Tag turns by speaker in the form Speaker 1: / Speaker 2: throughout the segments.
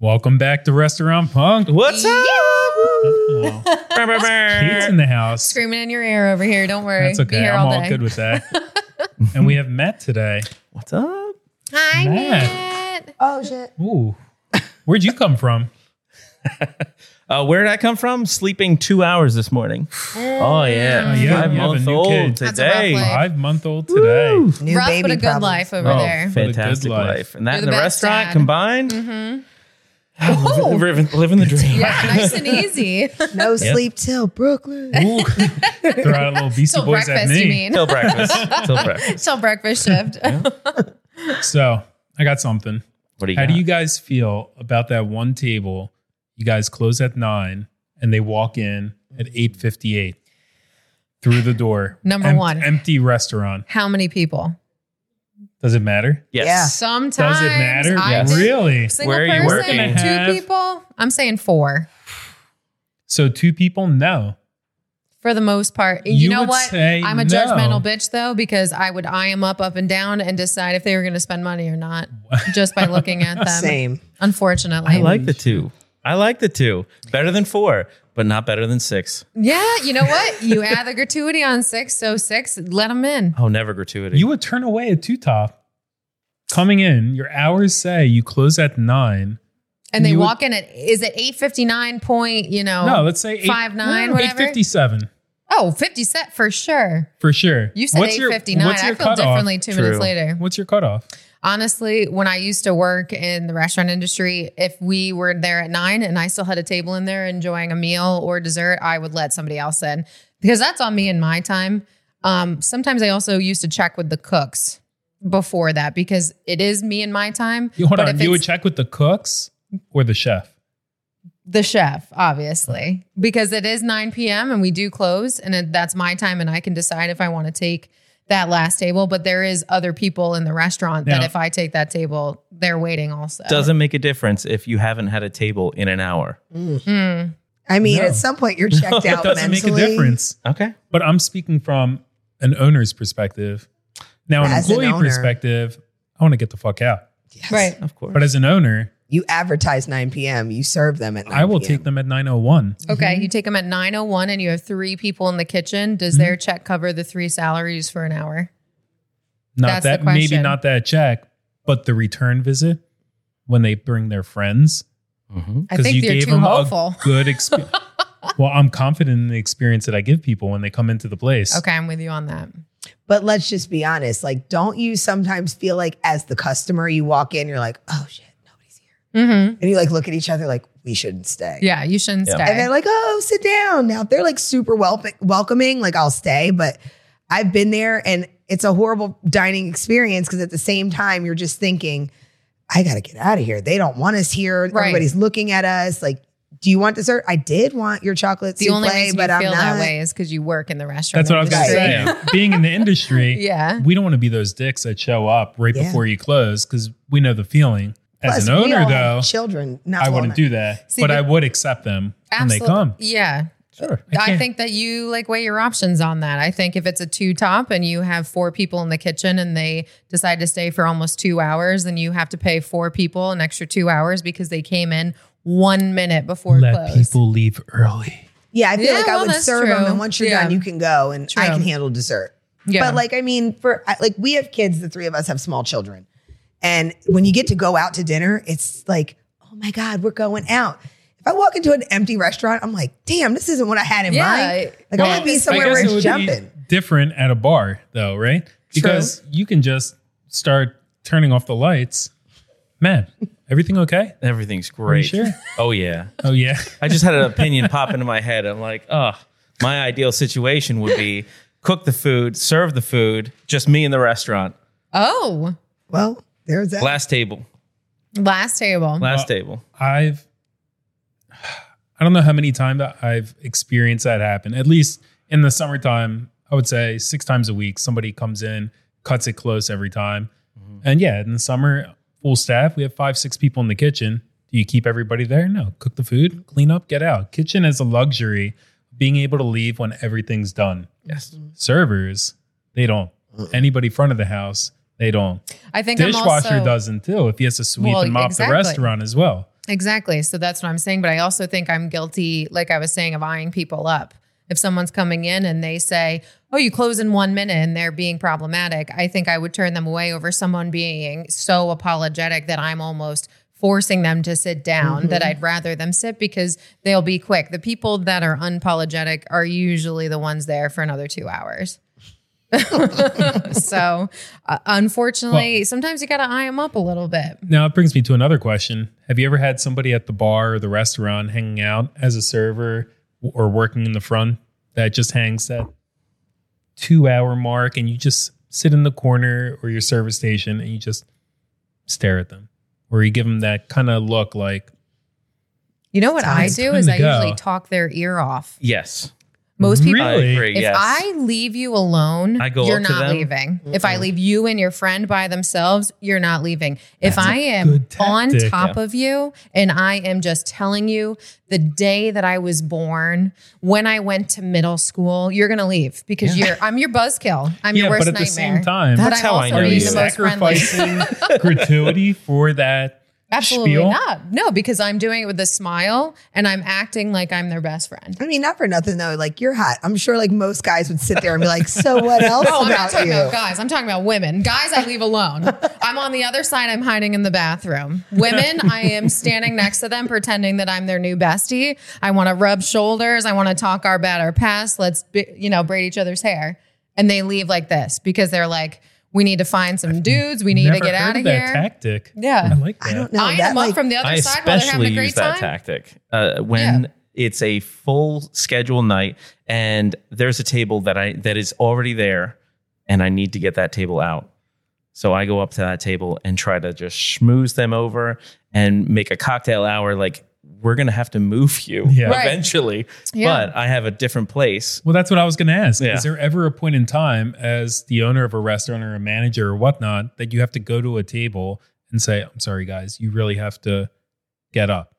Speaker 1: Welcome back to Restaurant Punk.
Speaker 2: What's up?
Speaker 1: Kate's in the house.
Speaker 3: Screaming in your ear over here. Don't worry.
Speaker 1: That's
Speaker 3: Be
Speaker 1: okay.
Speaker 3: here
Speaker 1: I'm
Speaker 3: all,
Speaker 1: all
Speaker 3: day.
Speaker 1: good with that. and we have Matt today.
Speaker 2: What's up?
Speaker 3: Hi,
Speaker 1: Matt.
Speaker 3: Matt.
Speaker 4: Oh shit.
Speaker 1: Ooh, where'd you come from?
Speaker 2: Uh, where did I come from? Sleeping two hours this morning. Oh yeah,
Speaker 1: Oh, yeah, you have a
Speaker 2: five
Speaker 1: new
Speaker 2: month
Speaker 1: kid.
Speaker 2: old
Speaker 1: That's
Speaker 3: a rough
Speaker 2: today.
Speaker 3: life.
Speaker 1: Five month old today.
Speaker 2: Woo.
Speaker 4: New
Speaker 3: Rough
Speaker 4: baby
Speaker 3: but a good
Speaker 4: problems.
Speaker 3: life over
Speaker 2: Oh,
Speaker 3: there.
Speaker 2: fantastic
Speaker 1: life.
Speaker 2: life. and that
Speaker 3: You're
Speaker 2: in
Speaker 3: the
Speaker 2: the
Speaker 3: best
Speaker 2: restaurant
Speaker 3: dad.
Speaker 2: combined.
Speaker 4: Oh.
Speaker 2: living, living the dream.
Speaker 3: Yeah, nice and easy.
Speaker 4: No sleep till Brooklyn.
Speaker 1: Ooh. Throw out a little Beastie
Speaker 3: Till
Speaker 1: Boys at
Speaker 3: breakfast,
Speaker 1: me.
Speaker 3: you mean?
Speaker 2: Till breakfast. Till breakfast.
Speaker 3: Till breakfast shift.
Speaker 1: So I got something.
Speaker 2: What do you
Speaker 1: How
Speaker 2: got?
Speaker 1: do you guys feel about that one table? You guys close at nine and they walk in at 8.58 through the door.
Speaker 3: Number
Speaker 1: Empt-
Speaker 3: one.
Speaker 1: Empty restaurant.
Speaker 3: How many people?
Speaker 1: Does it matter?
Speaker 2: Yes.
Speaker 3: Sometimes.
Speaker 1: Does it matter?
Speaker 3: I
Speaker 2: Yes.
Speaker 3: think
Speaker 1: Really?
Speaker 3: Single
Speaker 2: Where are you
Speaker 3: person,
Speaker 2: working?
Speaker 3: two
Speaker 1: Have-
Speaker 3: people. I'm saying four
Speaker 1: So two people? No.
Speaker 3: for the most part. You,
Speaker 1: You
Speaker 3: know
Speaker 1: would
Speaker 3: what?
Speaker 1: say
Speaker 3: I'm a
Speaker 1: no.
Speaker 3: judgmental bitch though because I would eye them up, up and down, and decide if they were going to spend money or not just by looking at them.
Speaker 4: Same.
Speaker 3: Unfortunately,
Speaker 2: I like the two. I like the two. Better than four, but not better than six.
Speaker 3: Yeah, you know what? You add the gratuity on six, so six. Let them in.
Speaker 2: Oh, never gratuity.
Speaker 1: You would turn away a two top. Coming in, your hours say you close at nine.
Speaker 3: and they
Speaker 1: You would-
Speaker 3: walk in at is it 859 point you know
Speaker 1: No, let's say eight,
Speaker 3: Oh, Five, nine,
Speaker 1: no,
Speaker 3: whatever.
Speaker 1: 857
Speaker 3: oh 50 set for sure
Speaker 1: for sure.
Speaker 3: you said
Speaker 1: What's your-
Speaker 3: 859
Speaker 1: what's your
Speaker 3: i feel
Speaker 1: cutoff?
Speaker 3: differently two
Speaker 2: True.
Speaker 3: minutes later
Speaker 1: What's your cutoff?
Speaker 3: honestly when i used to work in the restaurant industry if we were there at nine and i still had a table in there enjoying a meal or dessert i would let somebody else in because that's on me in my time um, sometimes i also used to check with the cooks before that because it is me in my time
Speaker 1: You, hold
Speaker 3: But
Speaker 1: on.
Speaker 3: if
Speaker 1: You would
Speaker 3: it's-
Speaker 1: check with the cooks or the chef?
Speaker 3: the chef, obviously, because it is 9 p.m. and we do close, and it, that's my time, and I can decide if I want to take that last table. But there is other people in the restaurant
Speaker 1: Yeah.
Speaker 3: that if I take that table, they're waiting also.
Speaker 2: Doesn't make a difference if you haven't had a table in an hour.
Speaker 3: Mm.
Speaker 4: I mean,
Speaker 1: No.
Speaker 4: at some point you're checked out
Speaker 1: It doesn't
Speaker 4: mentally.
Speaker 1: make a difference.
Speaker 2: Okay.
Speaker 1: But I'm speaking from an owner's perspective. Now, an
Speaker 4: As an
Speaker 1: employee
Speaker 4: owner.
Speaker 1: perspective, I want to get the fuck out.
Speaker 4: Yes.
Speaker 3: right?
Speaker 1: Mm-hmm.
Speaker 2: Of course.
Speaker 1: But as an owner,
Speaker 4: You advertise 9 p.m. You serve them at 9
Speaker 1: I will
Speaker 4: p.m.
Speaker 1: take them at 901.
Speaker 3: Okay, you take them at 9:01, and you have three people in the kitchen. Does
Speaker 1: Mm-hmm.
Speaker 3: their check cover the three salaries for an hour?
Speaker 1: Not
Speaker 3: That's the
Speaker 1: that, maybe
Speaker 3: question.
Speaker 1: not that check, but the return visit when they bring their friends.
Speaker 2: Mhm.
Speaker 3: I
Speaker 1: 'Cause
Speaker 3: think you're too
Speaker 1: them a
Speaker 3: hopeful.
Speaker 1: good experience. well, I'm confident in the experience that I give people when they come into the place.
Speaker 3: Okay, I'm with you on that.
Speaker 4: But let's just be honest. Like, don't you sometimes feel like as the customer, you walk in, you're like, oh shit, nobody's here.
Speaker 3: hmm
Speaker 4: And you like look at each other like, we shouldn't stay.
Speaker 3: Yeah, you shouldn't
Speaker 2: Yeah.
Speaker 3: stay.
Speaker 4: And they're like, oh, sit down. Now, if they're like super wel- welcoming, like I'll stay. But I've been there and it's a horrible dining experience because at the same time, you're just thinking, I got to get out of here. They don't want us here.
Speaker 3: Right.
Speaker 4: Everybody's looking at us. Like, do you want dessert? I did want your chocolate
Speaker 3: the
Speaker 4: souffle,
Speaker 3: only reason you
Speaker 4: but
Speaker 3: feel
Speaker 4: I'm not.
Speaker 3: that way is because you work in the restaurant.
Speaker 1: That's what I was going to
Speaker 4: Right.
Speaker 1: say. Being in the industry,
Speaker 3: Yeah.
Speaker 1: we don't want to be those dicks that show up right
Speaker 4: Yeah.
Speaker 1: before you close because we know the feeling. As
Speaker 4: Plus,
Speaker 1: an
Speaker 4: we
Speaker 1: owner,
Speaker 4: all
Speaker 1: though,
Speaker 4: have children. Not
Speaker 1: I
Speaker 4: well
Speaker 1: wouldn't do
Speaker 4: enough.
Speaker 1: that,
Speaker 3: See,
Speaker 1: but
Speaker 3: but-
Speaker 1: I would accept them
Speaker 3: Absolutely.
Speaker 1: when they come.
Speaker 3: Yeah.
Speaker 1: Sure.
Speaker 3: I
Speaker 1: can't-
Speaker 3: think that you like weigh your options on that. I think if it's a two top and you have four people in the kitchen and they decide to stay for almost two hours, then you have to pay four people an extra two hours because they came in one minute before
Speaker 1: let
Speaker 3: close.
Speaker 1: people leave early.
Speaker 4: Yeah, I feel
Speaker 3: Yeah,
Speaker 4: like I
Speaker 3: well,
Speaker 4: would
Speaker 3: that's
Speaker 4: serve them,
Speaker 3: true.
Speaker 4: and once you're
Speaker 3: Yeah.
Speaker 4: done, you can go, and I
Speaker 3: True.
Speaker 4: can handle dessert.
Speaker 3: Yeah.
Speaker 4: But like, I mean, for I- like we have kids, the three of us have small children. And when you get to go out to dinner, it's like, oh my God, we're going out. If I walk into an empty restaurant, I'm like, damn, this isn't what I had in
Speaker 3: Yeah.
Speaker 4: mind. Like I
Speaker 3: Well,
Speaker 4: want to be
Speaker 3: I
Speaker 4: somewhere
Speaker 3: guess
Speaker 4: where
Speaker 1: it
Speaker 4: it's
Speaker 1: would be
Speaker 4: jumping.
Speaker 1: different at a bar, though, right? Because you can just start turning off the lights. Man, everything okay?
Speaker 2: Everything's great.
Speaker 1: sure?
Speaker 2: Oh yeah.
Speaker 1: Oh yeah.
Speaker 2: I just had an opinion pop into my head. I'm like, oh, my ideal situation would be cook the food, serve the food, just me in the restaurant.
Speaker 3: oh,
Speaker 4: well, there's that.
Speaker 2: Last table.
Speaker 3: last table.
Speaker 2: Last table.
Speaker 1: I've I don't know how many times that I've experienced that happen. At least in the summertime, I would say six times a week, somebody comes in, cuts it close every time. And yeah, in the summer, full staff, we have five, six people in the kitchen. Do you keep everybody there? No. Cook the food, clean up, get out. Kitchen is a luxury, being able to leave when everything's done.
Speaker 2: Yes.
Speaker 1: Servers, they don't. Anybody front of the house, they don't.
Speaker 3: I think I'm
Speaker 1: Dishwasher
Speaker 3: also,
Speaker 1: doesn't too if he has to sweep
Speaker 3: Well,
Speaker 1: and mop the
Speaker 3: exactly.
Speaker 1: restaurant as well.
Speaker 3: Exactly. So that's what I'm saying. But I also think I'm guilty, like I was saying, of eyeing people up. If someone's coming in and they say, Oh, you close in one minute and they're being problematic, I think I would turn them away over someone being so apologetic that I'm almost forcing them to sit down, that I'd rather them sit because they'll be quick. The people that are unapologetic are usually the ones there for another two hours. so, uh, unfortunately, sometimes you got to eye them up a little bit.
Speaker 1: Now it brings me to another question. Have you ever had somebody at the bar or the restaurant hanging out as a server w- or working in the front that just hangs that two hour mark and you just sit in the corner or your service station and you just stare at them? Or you give them that kind of look like,
Speaker 3: You know what
Speaker 4: Time-
Speaker 3: I do
Speaker 1: time
Speaker 3: is
Speaker 1: to
Speaker 3: I
Speaker 1: go.
Speaker 3: usually talk their ear off.
Speaker 2: Yes.
Speaker 3: Most people,
Speaker 2: I
Speaker 1: Really?
Speaker 2: agree.
Speaker 3: if
Speaker 2: yes.
Speaker 3: I leave you alone,
Speaker 2: I go
Speaker 3: you're
Speaker 2: up to
Speaker 3: not
Speaker 2: them.
Speaker 3: leaving. If I leave you and your friend by themselves, you're not leaving. If
Speaker 1: That's a
Speaker 3: I am
Speaker 1: good
Speaker 3: on
Speaker 1: tactic.
Speaker 3: top of you and I am just telling you the day that I was born, when I went to middle school, you're gonna leave because you're I'm your buzzkill. I'm
Speaker 1: yeah,
Speaker 3: your worst
Speaker 1: but at the
Speaker 3: nightmare.
Speaker 1: same time,
Speaker 3: but
Speaker 2: That's
Speaker 3: I'm
Speaker 2: how I
Speaker 3: also
Speaker 2: know
Speaker 3: being
Speaker 2: you.
Speaker 3: the most friendly.
Speaker 1: sacrificing gratuity for that.
Speaker 3: Absolutely
Speaker 1: spiel?
Speaker 3: not. No, because I'm doing it with a smile and I'm acting like I'm their best friend.
Speaker 4: I mean, not for nothing though. Like you're hot. I'm sure like most guys would sit there and be like, "So what else
Speaker 3: No, I'm not
Speaker 4: about
Speaker 3: talking
Speaker 4: Oh, you?"
Speaker 3: about guys. I'm talking about women. Guys, I leave alone. I'm on the other side. I'm hiding in the bathroom. Women, I am standing next to them, pretending that I'm their new bestie. I want to rub shoulders. I want to talk our bad, our past. Let's, be, you know, braid each other's hair. And they leave like this because they're like, we need to find some dudes. We need
Speaker 1: Never
Speaker 3: to get
Speaker 1: heard
Speaker 3: out of
Speaker 1: that
Speaker 3: here.
Speaker 1: tactic.
Speaker 3: Yeah.
Speaker 1: I like that.
Speaker 4: I don't know.
Speaker 3: I
Speaker 4: that
Speaker 3: am
Speaker 4: like
Speaker 3: up from the other
Speaker 2: I
Speaker 3: side while they're
Speaker 2: especially
Speaker 3: having a
Speaker 2: use
Speaker 3: great
Speaker 2: that
Speaker 3: time.
Speaker 2: tactic uh, when
Speaker 3: Yeah.
Speaker 2: it's a full schedule night and there's a table that I that is already there, and I need to get that table out. So I go up to that table and try to just schmooze them over and make a cocktail hour. Like we're gonna have to move you
Speaker 1: Yeah. Right.
Speaker 2: eventually,
Speaker 3: Yeah.
Speaker 2: but I have a different place.
Speaker 1: Well, that's what I was going to ask.
Speaker 2: Yeah.
Speaker 1: Is there ever a point in time, as the owner of a restaurant or a manager or whatnot, that you have to go to a table and say, "I'm sorry, guys, you really have to get up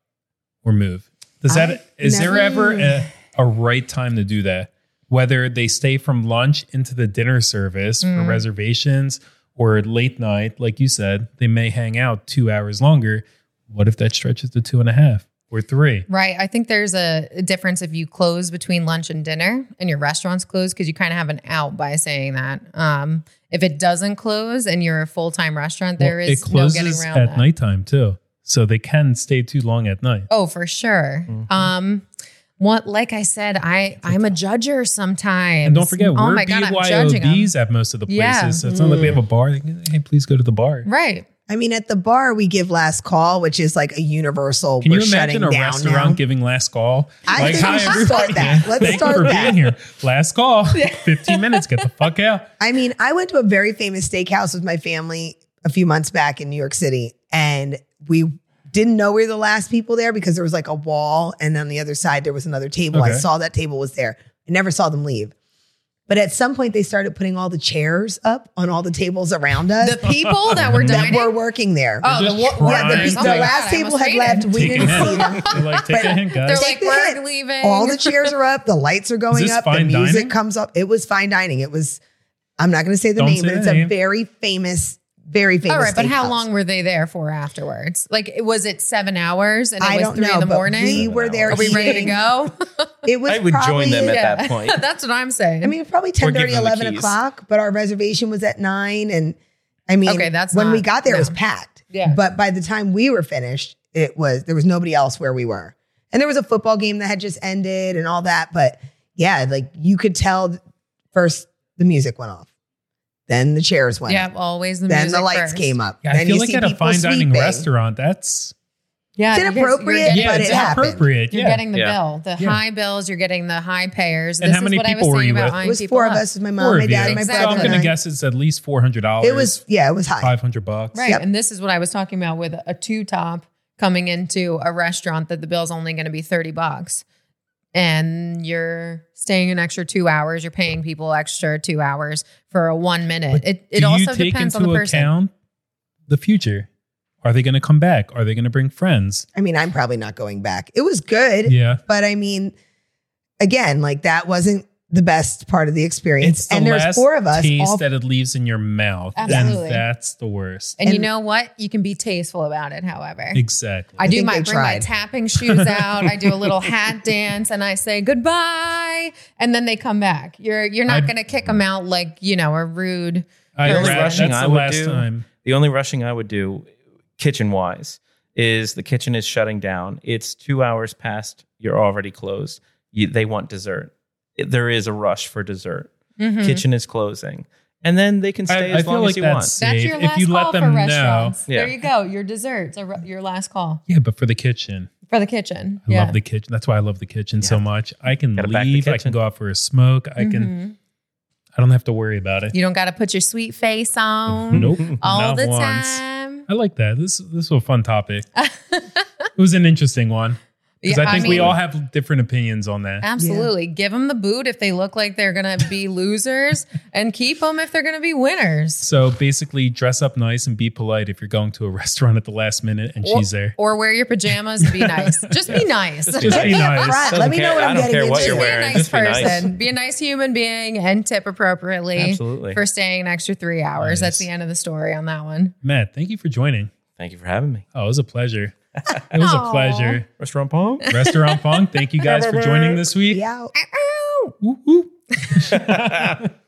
Speaker 1: or move"? Does
Speaker 4: I
Speaker 1: that is there
Speaker 4: never-
Speaker 1: ever a, a right time to do that? Whether they stay from lunch into the dinner service for
Speaker 3: Mm.
Speaker 1: reservations or late night, like you said, they may hang out two hours longer. What if that stretches to two and a half or three?
Speaker 3: Right. I think there's a difference if you close between lunch and dinner and your restaurant's closed because you kind of have an out by saying that. Um, if it doesn't close and you're a full time restaurant, there
Speaker 1: Well,
Speaker 3: is
Speaker 1: it closes
Speaker 3: no getting around
Speaker 1: at
Speaker 3: that.
Speaker 1: nighttime too, so they can stay too long at night.
Speaker 3: Oh, for sure.
Speaker 1: Mm-hmm.
Speaker 3: Um, what, like I said, I I'm a judger sometimes.
Speaker 1: And don't forget,
Speaker 3: oh
Speaker 1: we're
Speaker 3: my god, I'm judging 'em.
Speaker 1: BYOBs at most of the places.
Speaker 3: Yeah.
Speaker 1: So it's not like we
Speaker 4: Mm.
Speaker 1: have a bar. They can, Hey, please go to the bar.
Speaker 3: Right.
Speaker 4: I mean, at the bar we give last call, which is like a universal.
Speaker 1: Can you
Speaker 4: we're shutting
Speaker 1: imagine a
Speaker 4: down
Speaker 1: restaurant
Speaker 4: now.
Speaker 1: giving last call?
Speaker 4: I think we should start that. Let's
Speaker 1: Thank
Speaker 4: start
Speaker 1: you for
Speaker 4: that.
Speaker 1: being here. Last call. 15 minutes. Get the fuck out.
Speaker 4: I mean, I went to a very famous steakhouse with my family a few months back in New York City, and we didn't know we were the last people there because there was like a wall, and on the other side there was another table. I
Speaker 1: Okay.
Speaker 4: saw that table was there. I never saw them leave. But at some point, they started putting all the chairs up on all the tables around us
Speaker 3: The people that were
Speaker 4: that
Speaker 3: dining.
Speaker 4: were working there.
Speaker 3: oh,
Speaker 1: They're
Speaker 3: the,
Speaker 1: just
Speaker 3: wa-
Speaker 1: trying.
Speaker 4: the,
Speaker 1: Right.
Speaker 4: the
Speaker 1: Oh my
Speaker 4: last
Speaker 3: God, I
Speaker 4: table
Speaker 3: almost
Speaker 4: had
Speaker 3: ate it.
Speaker 4: left. We
Speaker 1: Take a
Speaker 4: didn't see them.
Speaker 1: hint. They're like, take a hint,
Speaker 3: They're
Speaker 1: guys.
Speaker 3: like,
Speaker 4: the
Speaker 3: we're
Speaker 4: hint.
Speaker 3: leaving.
Speaker 4: All the chairs are up. The lights are going
Speaker 1: this
Speaker 4: up. The
Speaker 1: fine
Speaker 4: music
Speaker 1: dining?
Speaker 4: comes up. It was fine dining. It was. I'm not going to say the
Speaker 1: Don't
Speaker 4: name,
Speaker 1: say
Speaker 4: but
Speaker 1: the
Speaker 4: it's a
Speaker 1: name.
Speaker 4: very famous, very famous.
Speaker 3: All right, but how
Speaker 4: steakhouse.
Speaker 3: long were they there for afterwards? Like, it- was it seven hours and it
Speaker 4: I
Speaker 3: was
Speaker 4: don't
Speaker 3: three
Speaker 4: know.
Speaker 3: in the
Speaker 4: but
Speaker 3: morning?
Speaker 4: we were there.
Speaker 3: Are we ready to
Speaker 4: eating.
Speaker 3: go?
Speaker 4: It was.
Speaker 2: I would
Speaker 4: probably,
Speaker 2: join them at
Speaker 3: Yeah.
Speaker 2: that point.
Speaker 3: That's what I'm saying.
Speaker 4: I mean, it was probably 10,
Speaker 2: give
Speaker 4: 30,
Speaker 2: them the
Speaker 4: 11
Speaker 2: keys.
Speaker 4: o'clock. But our reservation was at nine, and I mean,
Speaker 3: Okay, that's
Speaker 4: when we
Speaker 3: not-
Speaker 4: got there, it was
Speaker 3: no.
Speaker 4: packed.
Speaker 3: Yeah.
Speaker 4: But by the time we were finished, it was there was nobody else where we were, and there was a football game that had just ended and all that. But yeah, like you could tell. First, the music went off. Then the chairs went. up.
Speaker 3: yeah, always the
Speaker 4: then
Speaker 3: music
Speaker 4: the lights
Speaker 3: first.
Speaker 4: came up.
Speaker 1: Yeah,
Speaker 4: then
Speaker 1: I feel
Speaker 4: you
Speaker 1: like
Speaker 4: see
Speaker 1: at a
Speaker 4: people
Speaker 1: fine dining
Speaker 4: sweeping.
Speaker 1: restaurant, that's
Speaker 3: Yeah,
Speaker 4: It's
Speaker 3: you guys-
Speaker 4: inappropriate,
Speaker 3: you're getting,
Speaker 1: yeah,
Speaker 4: but
Speaker 1: it's
Speaker 4: it happened.
Speaker 1: appropriate.
Speaker 3: you're
Speaker 1: yeah.
Speaker 3: getting the
Speaker 2: Yeah.
Speaker 3: bill. The
Speaker 1: Yeah.
Speaker 3: high bills, you're getting the high payers.
Speaker 1: And
Speaker 3: this
Speaker 1: how many
Speaker 3: is what I
Speaker 1: people
Speaker 3: was
Speaker 1: were
Speaker 3: saying
Speaker 1: you
Speaker 3: about
Speaker 1: with?
Speaker 3: eyeing
Speaker 4: It was
Speaker 3: people
Speaker 4: four of
Speaker 3: up.
Speaker 4: us: my
Speaker 1: Four
Speaker 4: mom, my
Speaker 1: of
Speaker 4: dad,
Speaker 1: you.
Speaker 4: my
Speaker 3: Exactly.
Speaker 1: So I'm
Speaker 4: brother.
Speaker 1: going
Speaker 4: and
Speaker 1: to
Speaker 4: I.
Speaker 1: guess it's at least $400.
Speaker 4: It was yeah, it was high.
Speaker 1: 500 bucks.
Speaker 3: Right.
Speaker 4: Yep.
Speaker 3: And this is what I was talking about with a two top coming into a restaurant that the bill's only going to be 30 bucks. And you're staying an extra two hours, you're paying people extra two hours for a one minute.
Speaker 1: But
Speaker 3: It it
Speaker 1: Do you
Speaker 3: also
Speaker 1: take
Speaker 3: depends on
Speaker 1: into
Speaker 3: the person.
Speaker 1: account the future? Are they going to come back? Are they going to bring friends?
Speaker 4: I mean, I'm probably not going back. It was good,
Speaker 1: Yeah.
Speaker 4: but I mean, again, like that wasn't the best part of the experience.
Speaker 1: It's the
Speaker 4: and there's
Speaker 1: last
Speaker 4: four of us.
Speaker 1: taste
Speaker 4: all-
Speaker 1: that it leaves in your mouth,
Speaker 3: Absolutely.
Speaker 1: and that's the worst.
Speaker 3: And, you
Speaker 4: And-
Speaker 3: know what? You can be tasteful about it, however.
Speaker 1: Exactly.
Speaker 3: I
Speaker 4: I
Speaker 3: do
Speaker 4: think
Speaker 3: my
Speaker 4: they
Speaker 3: bring my
Speaker 4: tried.
Speaker 3: tapping shoes out. I do a little hat dance and I say goodbye, and then they come back. You're you're not
Speaker 1: I-
Speaker 3: gonna kick them out like you know a rude.
Speaker 1: I,
Speaker 3: The only
Speaker 1: ra-
Speaker 2: rushing
Speaker 1: that's
Speaker 2: I
Speaker 1: the
Speaker 2: would
Speaker 1: last
Speaker 2: do-
Speaker 1: time.
Speaker 2: The only rushing I would do, kitchen wise, is the kitchen is shutting down. It's two hours past. You're already closed. You, they want dessert. It- there is a rush for dessert.
Speaker 4: Mm-hmm.
Speaker 3: Mhm.
Speaker 2: Kitchen is closing, and then they can stay
Speaker 1: I, I
Speaker 2: as
Speaker 1: feel
Speaker 2: long
Speaker 1: like
Speaker 2: as you
Speaker 1: that's
Speaker 2: want.
Speaker 1: safe
Speaker 3: That's your last
Speaker 1: if you
Speaker 3: call
Speaker 1: let
Speaker 3: for
Speaker 1: them know.
Speaker 3: restaurants.
Speaker 2: Yeah.
Speaker 3: There you go. Your desserts are your last call
Speaker 1: Yeah, but for the kitchen,
Speaker 3: for the kitchen.
Speaker 1: I
Speaker 3: yeah.
Speaker 1: love the kitchen. That's why I love the kitchen so much. I can
Speaker 2: Gotta back the
Speaker 1: leave. I
Speaker 2: kitchen.
Speaker 1: can go out for a smoke. I can.
Speaker 3: Mhm.
Speaker 1: I don't have to worry about it.
Speaker 3: You don't got to put your sweet face on
Speaker 1: Nope.
Speaker 3: all
Speaker 1: not
Speaker 3: the
Speaker 1: once.
Speaker 3: time.
Speaker 1: I like that. This this was a fun topic. It was an interesting one because
Speaker 3: Yeah,
Speaker 1: I think we
Speaker 3: mean,
Speaker 1: all have different opinions on that.
Speaker 3: Absolutely. Give 'em Give them the boot if they look like they're going to be losers and keep them if they're going to be winners.
Speaker 1: So basically, dress up nice and be polite if you're going to a restaurant at the last minute and she's there.
Speaker 3: Or wear your pajamas and be nice. Just be nice. Just
Speaker 1: Just be nice.
Speaker 4: Right,
Speaker 2: Doesn't
Speaker 4: let me know
Speaker 2: care-
Speaker 4: what I'm
Speaker 2: I don't
Speaker 4: getting
Speaker 2: care what
Speaker 4: into.
Speaker 2: you're
Speaker 3: be a
Speaker 2: wearing.
Speaker 3: nice
Speaker 2: Just be nice.
Speaker 3: person. Be a nice human being and tip appropriately
Speaker 2: Absolutely.
Speaker 3: for staying an extra three hours. That's
Speaker 1: Nice.
Speaker 3: the end of the story on that one.
Speaker 1: Matt, thank you for joining.
Speaker 2: Thank you for having me.
Speaker 1: Oh, it was a pleasure. It was
Speaker 3: Aw.
Speaker 1: a pleasure.
Speaker 2: Restaurant Palm.
Speaker 1: Restaurant Pong, thank you guys for joining this week.
Speaker 4: Yeah.
Speaker 1: Woo, woo.